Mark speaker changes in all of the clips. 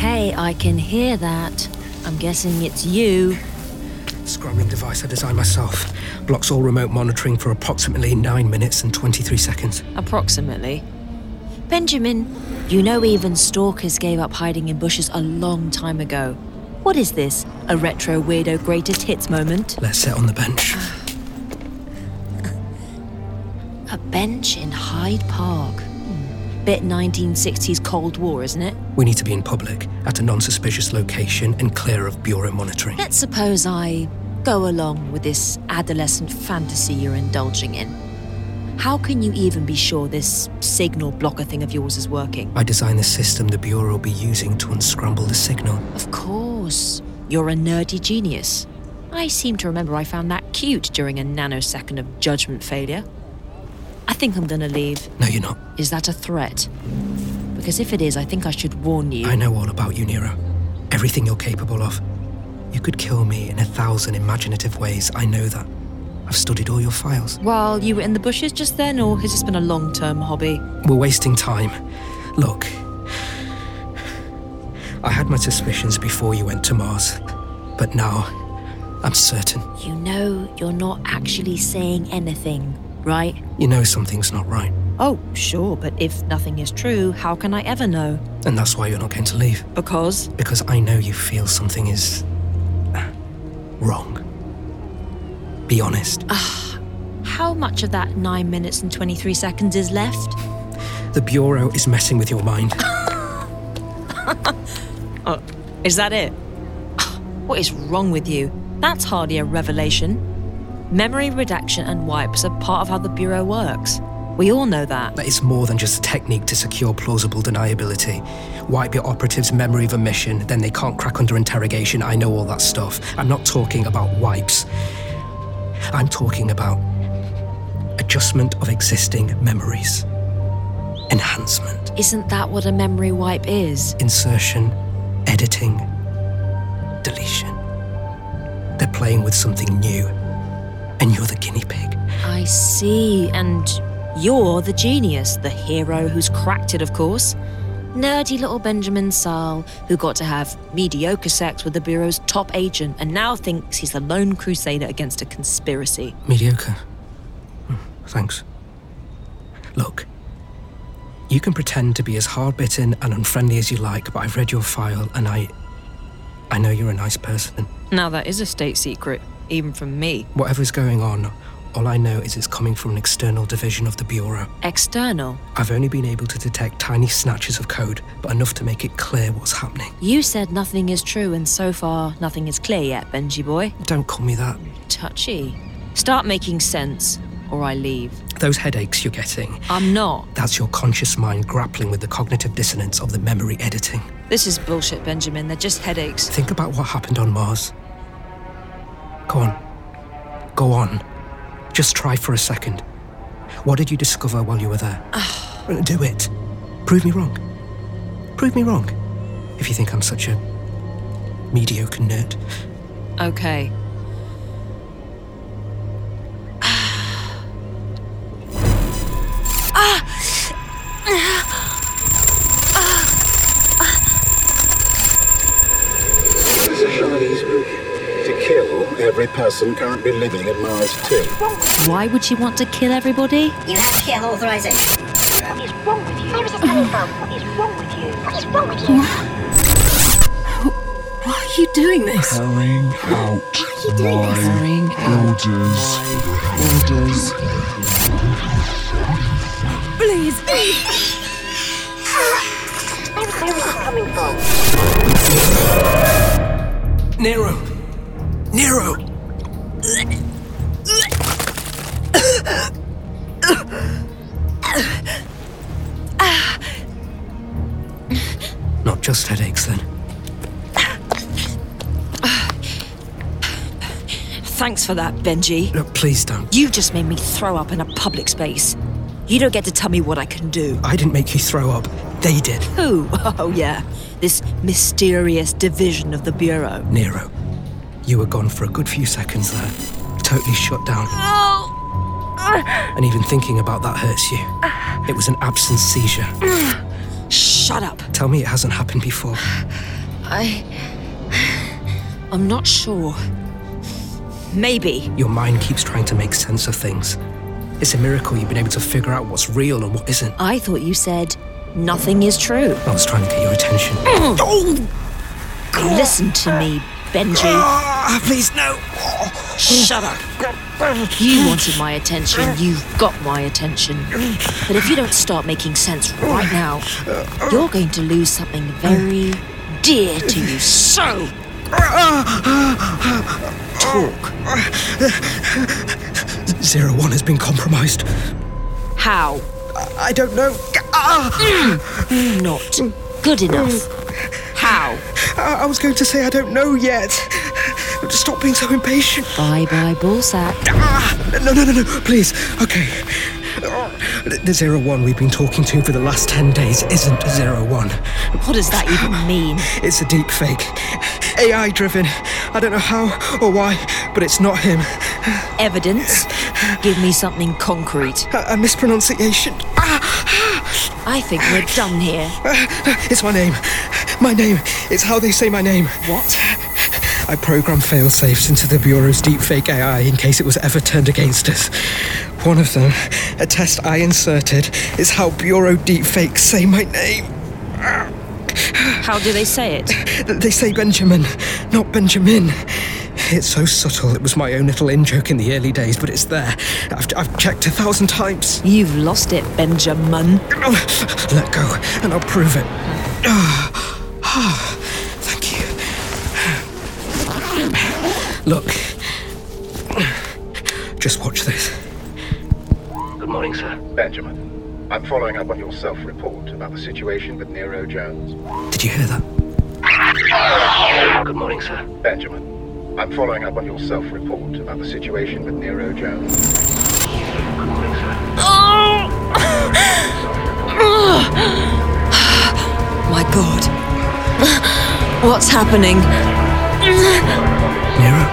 Speaker 1: can hear that. I'm guessing it's you.
Speaker 2: Scrambling device I designed myself. Blocks all remote monitoring for approximately 9 minutes and 23 seconds.
Speaker 1: Approximately. Benjamin, you know even stalkers gave up hiding in bushes a long time ago. What is this? A retro weirdo greatest hits moment?
Speaker 2: Let's sit on the bench.
Speaker 1: A bench in Hyde Park. Hmm. Bit 1960s Cold War, isn't it?
Speaker 2: We need to be in public, at a non suspicious location, and clear of bureau monitoring.
Speaker 1: Let's suppose I go along with this adolescent fantasy you're indulging in. How can you even be sure this signal blocker thing of yours is working?
Speaker 2: I designed the system the bureau will be using to unscramble the signal.
Speaker 1: Of course, you're a nerdy genius. I seem to remember I found that cute during a nanosecond of judgment failure. I think I'm gonna leave.
Speaker 2: No, you're not.
Speaker 1: Is that a threat? Because if it is, I think I should warn you.
Speaker 2: I know all about you, Nero. Everything you're capable of. You could kill me in a thousand imaginative ways, I know that. I've studied all your files.
Speaker 1: While you were in the bushes just then, or has this been a long term hobby?
Speaker 2: We're wasting time. Look, I had my suspicions before you went to Mars, but now I'm certain.
Speaker 1: You know you're not actually saying anything, right?
Speaker 2: You know something's not right,
Speaker 1: Oh, sure, but if nothing is true, how can I ever know?
Speaker 2: and that's why you're not going to leave.
Speaker 1: Because
Speaker 2: Because I know you feel something is. uh, wrong. Be honest.
Speaker 1: how much of that 9 minutes and 23 seconds is left?
Speaker 2: The Bureau is messing with your mind.
Speaker 1: Uh, Is that it? What is wrong with you? That's hardly a revelation. Memory redaction and wipes are part of how the Bureau works. We all know that.
Speaker 2: That it's more than just a technique to secure plausible deniability. Wipe your operative's memory of a mission, then they can't crack under interrogation. I know all that stuff. I'm not talking about wipes. I'm talking about adjustment of existing memories, enhancement,
Speaker 1: Isn't that what a memory wipe is?
Speaker 2: insertion, editing, deletion. They're playing with something new, and you're the guinea pig.
Speaker 1: I see, and you're the genius, the hero who's cracked it, of course. Nerdy little Benjamin Saal, who got to have mediocre sex with the Bureau's top agent and now thinks he's the lone crusader against a conspiracy.
Speaker 2: Mediocre. Hmm, Thanks. Look, you can pretend to be as hard bitten and unfriendly as you like, but I've read your file and I. I know you're a nice person.
Speaker 1: Now, that is a state secret, even from me.
Speaker 2: Whatever's going on, all I know is it's coming from an external division of the Bureau.
Speaker 1: External.
Speaker 2: I've only been able to detect tiny snatches of code, but enough to make it clear what's happening.
Speaker 1: You said nothing is true, and so far, nothing is clear yet, Benji boy.
Speaker 2: Don't call me that.
Speaker 1: Touchy. Start making sense, or I leave.
Speaker 2: Those headaches you're getting,
Speaker 1: I'm not.
Speaker 2: that's your conscious mind grappling with the cognitive dissonance of the memory editing.
Speaker 1: This is bullshit, Benjamin. They're just headaches.
Speaker 2: Think about what happened on Mars. Go on. Go on. Just try for a second. What did you discover while you were there? Do it. Prove me wrong. Prove me wrong. If you think I'm such a mediocre nerd.
Speaker 1: Okay.
Speaker 3: Society's moving to kill every person currently living at Mars 2.
Speaker 1: Why would she want to kill everybody?
Speaker 4: You have kill authorization.
Speaker 5: What is wrong with you? Where is this coming from? What is wrong with you? What is wrong with you?
Speaker 6: Why are you doing this?
Speaker 7: carrying out my orders. Orders.
Speaker 6: Please,
Speaker 5: Where, where is this coming from?
Speaker 2: Nero! Nero! Not just headaches then.
Speaker 1: Thanks for that, Benji.
Speaker 2: Look, please don't.
Speaker 1: You just made me throw up in a public space. You don't get to tell me what I can do.
Speaker 2: I didn't make you throw up. They did.
Speaker 1: Who? Oh, yeah. This mysterious division of the Bureau.
Speaker 2: Nero, you were gone for a good few seconds there. Totally shut down. And even thinking about that hurts you. It was an absence seizure.
Speaker 1: Shut up.
Speaker 2: Tell me it hasn't happened before.
Speaker 1: I. I'm not sure. Maybe.
Speaker 2: Your mind keeps trying to make sense of things. It's a miracle you've been able to figure out what's real and what isn't.
Speaker 1: I thought you said nothing is true.
Speaker 2: I was trying to get your attention.
Speaker 1: Listen to me, Benji.
Speaker 2: Ah, please, no.
Speaker 1: Shut up. You wanted my attention. You've got my attention. But if you don't start making sense right now, you're going to lose something very dear to you. So. Talk.
Speaker 2: Zero One has been compromised.
Speaker 1: How?
Speaker 2: I don't know. Ah,
Speaker 1: Not good enough. How?
Speaker 2: I I was going to say I don't know yet. Stop being so impatient.
Speaker 1: Bye bye, Ballsack.
Speaker 2: Ah, no, no, no, no, please. Okay. The Zero One we've been talking to for the last 10 days isn't Zero One.
Speaker 1: What does that even mean?
Speaker 2: It's a deep fake. AI driven. I don't know how or why, but it's not him.
Speaker 1: Evidence? Give me something concrete.
Speaker 2: A, a mispronunciation. Ah,
Speaker 1: I think we're done here.
Speaker 2: Uh, it's my name. My name. It's how they say my name.
Speaker 1: What?
Speaker 2: I programmed failsafes into the Bureau's deepfake AI in case it was ever turned against us. One of them, a test I inserted, is how Bureau deepfakes say my name.
Speaker 1: How do they say it?
Speaker 2: Th- They say Benjamin, not Benjamin. It's so subtle, it was my own little in joke in the early days, but it's there. I've, I've checked a thousand times.
Speaker 1: You've lost it, Benjamin.
Speaker 2: Let go, and I'll prove it. Ah, ah, Thank you. Look. Just watch this.
Speaker 8: Good morning, sir.
Speaker 3: Benjamin, I'm following up on your self report about the situation with Nero Jones.
Speaker 2: Did you hear that?
Speaker 8: Good morning, sir.
Speaker 3: Benjamin, I'm following up on your self report about the situation with Nero Jones.
Speaker 8: Good morning, sir.
Speaker 1: My god. What's happening?
Speaker 2: Nero? Nero,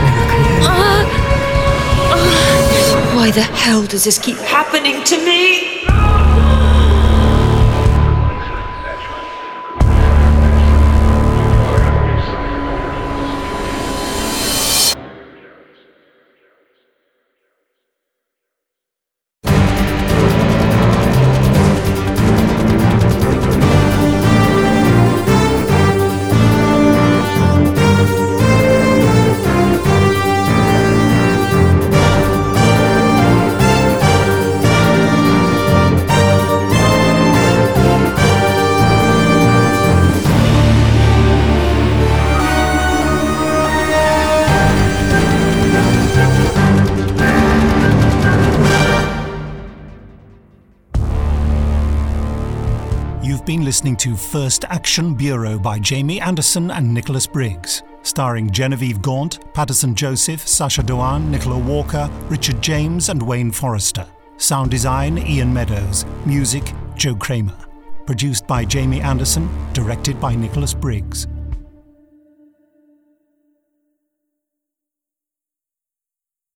Speaker 2: can you hear me?
Speaker 1: Why the hell does this keep happening to me?
Speaker 9: You've been listening to First Action Bureau by Jamie Anderson and Nicholas Briggs, starring Genevieve Gaunt, Patterson Joseph, Sasha Doan, Nicola Walker, Richard James, and Wayne Forrester. Sound design Ian Meadows, music Joe Kramer. Produced by Jamie Anderson, directed by Nicholas Briggs.